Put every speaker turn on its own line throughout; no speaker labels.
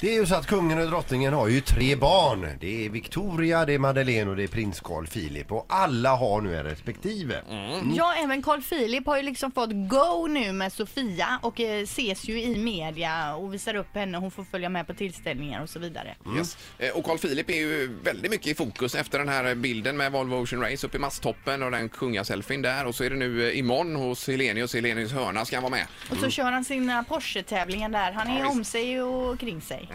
Det är ju så att kungen och drottningen har ju tre barn. Det är Victoria, det är Madeleine och det är prins Carl Philip. Och alla har nu en respektive.
Mm.
Ja, även Carl Philip har ju liksom fått go nu med Sofia och eh, ses ju i media och visar upp henne. Hon får följa med på tillställningar och så vidare.
Yes. Eh, Och Carl Philip är ju väldigt mycket i fokus efter den här bilden med Volvo Ocean Race uppe i masttoppen och den kungaselfien där. Och så är det nu eh, imorgon hos Helenius, Helenius hörna ska han vara med.
Och så kör han sina Porsche-tävlingar där. Han är
Mm. Ja, visst.
om sig och kring sig.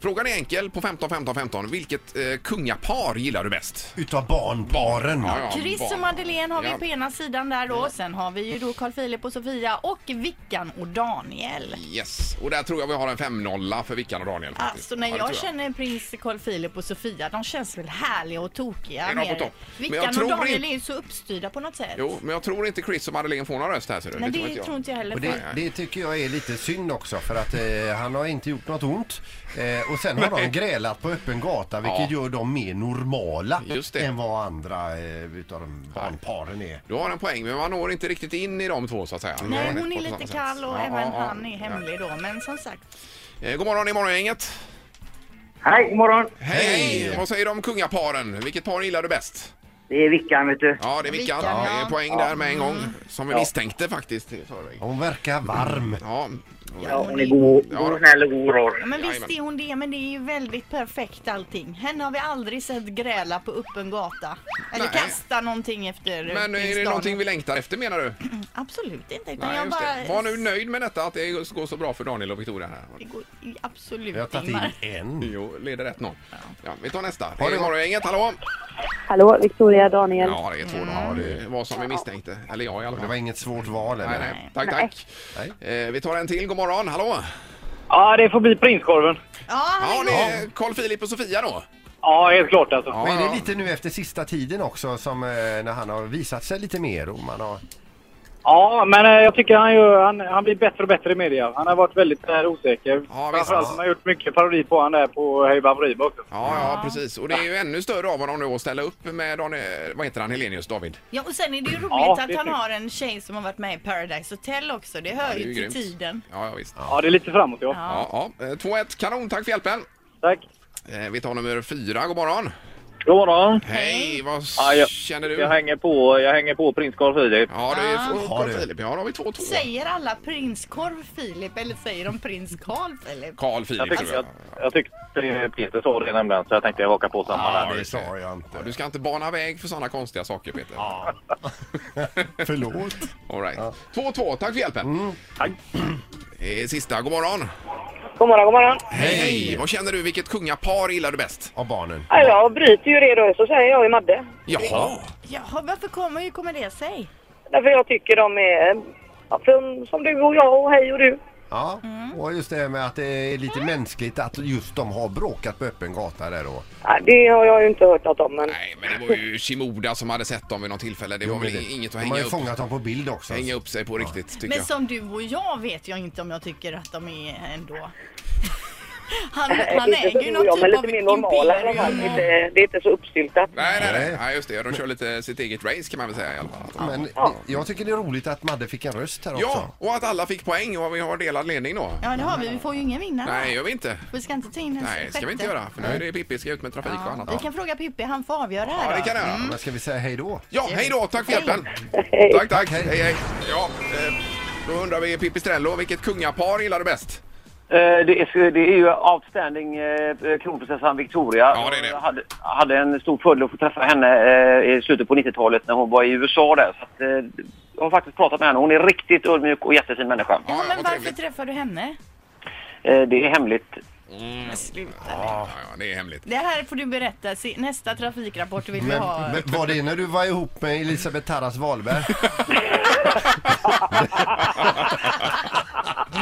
Frågan är enkel på 15, 15, 15. Vilket eh, kungapar gillar du bäst?
Utav barnparen.
Ja, ja,
Chris
barn.
och Madeleine har vi
Ja. Mm.
på ena sidan där då. Sen har vi ju då Carl Philip och Sofia och Vickan och
Mm.
Daniel.
Yes, och där tror jag vi har en 5-0 för Vickan och Daniel. faktiskt.
Alltså när
Ja, det
jag
tror
känner prins Carl Philip och Sofia, de känns väl härliga och tokiga.
Är de på
mer.
topp? Men jag
Vickan
tror
och Daniel
inte-
är ju så uppstyrda på något sätt.
Jo, men jag tror inte Chris och Madeleine får någon röst här ser du.
Nej, det, tror inte jag heller.
Och
för-
det, det tycker jag är lite synd också för att eh, han har inte gjort något ont. Eh, och sen har de grälat på öppen gata vilket
Ja.
gör dem mer normala
Just det.
än vad andra eh, utav de barnparen är.
Du har en poäng, men man når inte riktigt in i de två så att säga.
Nej,
På
hon är
samma
lite
sätt.
kall och
Ja,
även
ja, ja.
han är hemlig då. Men som sagt,
Ja. Eh, God morgon, imorgon inget.
Hej, god morgon.
Hej,
Hej!
Vad säger du om kungaparen? Vilket par gillar du bäst?
Det är Vickan, vet du.
Ja, det är Vickan.
Vickan,
Det är
ja.
poäng där med en gång. Som vi misstänkte faktiskt i förväg.
Hon verkar varm.
Ja,
Ja, hon är god, god och snäll och god
ja,
rar.
men visst
Jajamän.
är hon det. Men det är ju väldigt perfekt allting. Henne har vi aldrig sett gräla på öppen gata. Eller
Nej.
kasta någonting efter
men
prins
är det
Daniel.
någonting vi längtar efter menar du?
Absolut inte. Utan
Nej,
jag
just
bara...
det. Var nu nöjd med detta att det går så bra för Daniel och Victoria här.
Det går i- absolut
Jag har tagit
Ingmar.
in en.
Jo, leder 1-0. Ja, vi tar nästa.
det
Har du
gott.
morgon, inget hallå?
Hallå, Victoria, Daniel.
Ja, det är 2-0. Det var som vi misstänkte. Eller jag i alla
Det
fall.
var inget svårt val
Nej,
eller?
nej. Tack, tack.
Nej.
Eh, vi tar en till. God morgon, hallå?
Ja, det får bli prinskorven.
Ja, han är
Ja,
god.
det är Carl Philip och Sofia då.
Ja, helt klart alltså.
Ja,
Men är
ja.
det lite nu efter sista tiden också som eh, när han har visat sig lite mer och man har...
Ja, men eh, jag tycker han, gör, han, han blir bättre och bättre i media. Han har varit väldigt eh, osäker.
Ja, visst.
Framförallt har man gjort mycket parodi på han där på Hej Baberiba också.
Ja, ja, precis. Och det är ju ännu större av honom då att ställa upp med Daniel, vad heter han, Helenius, David?
Ja, och sen är det ju roligt
Ja,
att
det
han
tycker-
har en tjej som har varit med i Paradise Hotel också. Det hör
Det är
ju till
grymt.
tiden.
Ja, ja visst.
Ja, det är lite framåt ja.
Ja.
Ja, ja. Eh, 2-1, kanon, tack för hjälpen.
Tack.
Eh, Vi tar nummer fyra, god morgon.
God morgon.
Hej, vad s-
Ja, jag-
känner du?
Jag hänger på, jag hänger på prins Carl Philip.
Ja, det
Ah.
är
Har
Carl
du?
Philip. Ja, då har vi 2-2.
Säger alla prinskorv Filip eller säger de prins Carl Filip?
Carl
Jag
Philip,
tyckte,
tror
jag,
jag.
jag tyckte Peter sa det nämligen, så jag tänkte jag hakar på samma
Ja,
där.
det
just det.
sa jag inte.
Ja, Du ska inte bana väg för sådana konstiga saker, Peter.
Förlåt.
All right. 2-2, tack för hjälpen.
Tack.
Eh, Sista, god morgon.
God morgon, god morgon.
Hej. Vad känner du, vilket kungapar gillar du bäst?
Av barnen.
Ja, jag bryter ju det då, så säger jag ju Madde.
Jaha.
Jaha, varför kommer, hur kommer det sig?
Därför jag tycker de är ja, för, som du och jag och hej och du.
Ja,
Mm.
och just det med att det är lite mänskligt att just de har bråkat på öppen gata där då.
Ja, det har jag ju inte hört något om, men
Nej, men det var ju Shimoda som hade sett dem vid något tillfälle. Det var väl inget att
De har
hänga
ju
upp,
fångat dem på bild också.
hänga upp sig på riktigt, tycker
Men
jag.
som du och jag vet jag inte om jag tycker att de är ändå. Han, han
inte så
äger ju
du och
någon
jag, men
typ av
lite mer normala i alla fall.
imperium. och-
Inte, det är inte så uppstyltat.
Nej, nej, nej.
Nej.
Ja, just det. De kör lite sitt eget race kan man väl säga i alla fall. Att de-
Men jag tycker det är roligt att Madde fick en röst här också.
Ja, Mm. och att alla fick poäng och vi har delad ledning då.
Ja, det har vi. Vi får ju ingen vinnare.
Nej, gör vi inte.
Vi ska inte ta in en
Nej, ska vi inte
sjätte.
göra. För nu är det Pippi ska ut med trafik och
Ja,
annat.
vi Mm. kan fråga Pippi, han får avgöra här
Ja, det
då.
kan jag göra.
Men ska vi säga hej då?
Ja, hej då. Tack för hjälpen.
Hej.
Tack, tack. Hej, hej. Ja, eh, då undrar vi Pippi Strello, vilket kungapar gillar du bäst?
Eh, Det är, det är ju outstanding eh, kronprinsessan Victoria.
Ja, det är det.
Jag hade, hade en stor fördel att få träffa henne eh, i slutet på 90-talet när hon var i USA där. Så att, eh, jag har faktiskt pratat med henne. Hon är riktigt ödmjuk och jättefin människa.
Ja,
Ja,
ja,
men
vad
varför
trevligt.
träffar du henne?
Eh, Det är hemligt.
Mm.
Men sluta.
Ja, ja, det är hemligt.
Det här får du berätta. Se- Nästa trafikrapport vill vi
Men,
ha.
men var det när du var ihop med Elisabeth Tarras Wahlberg?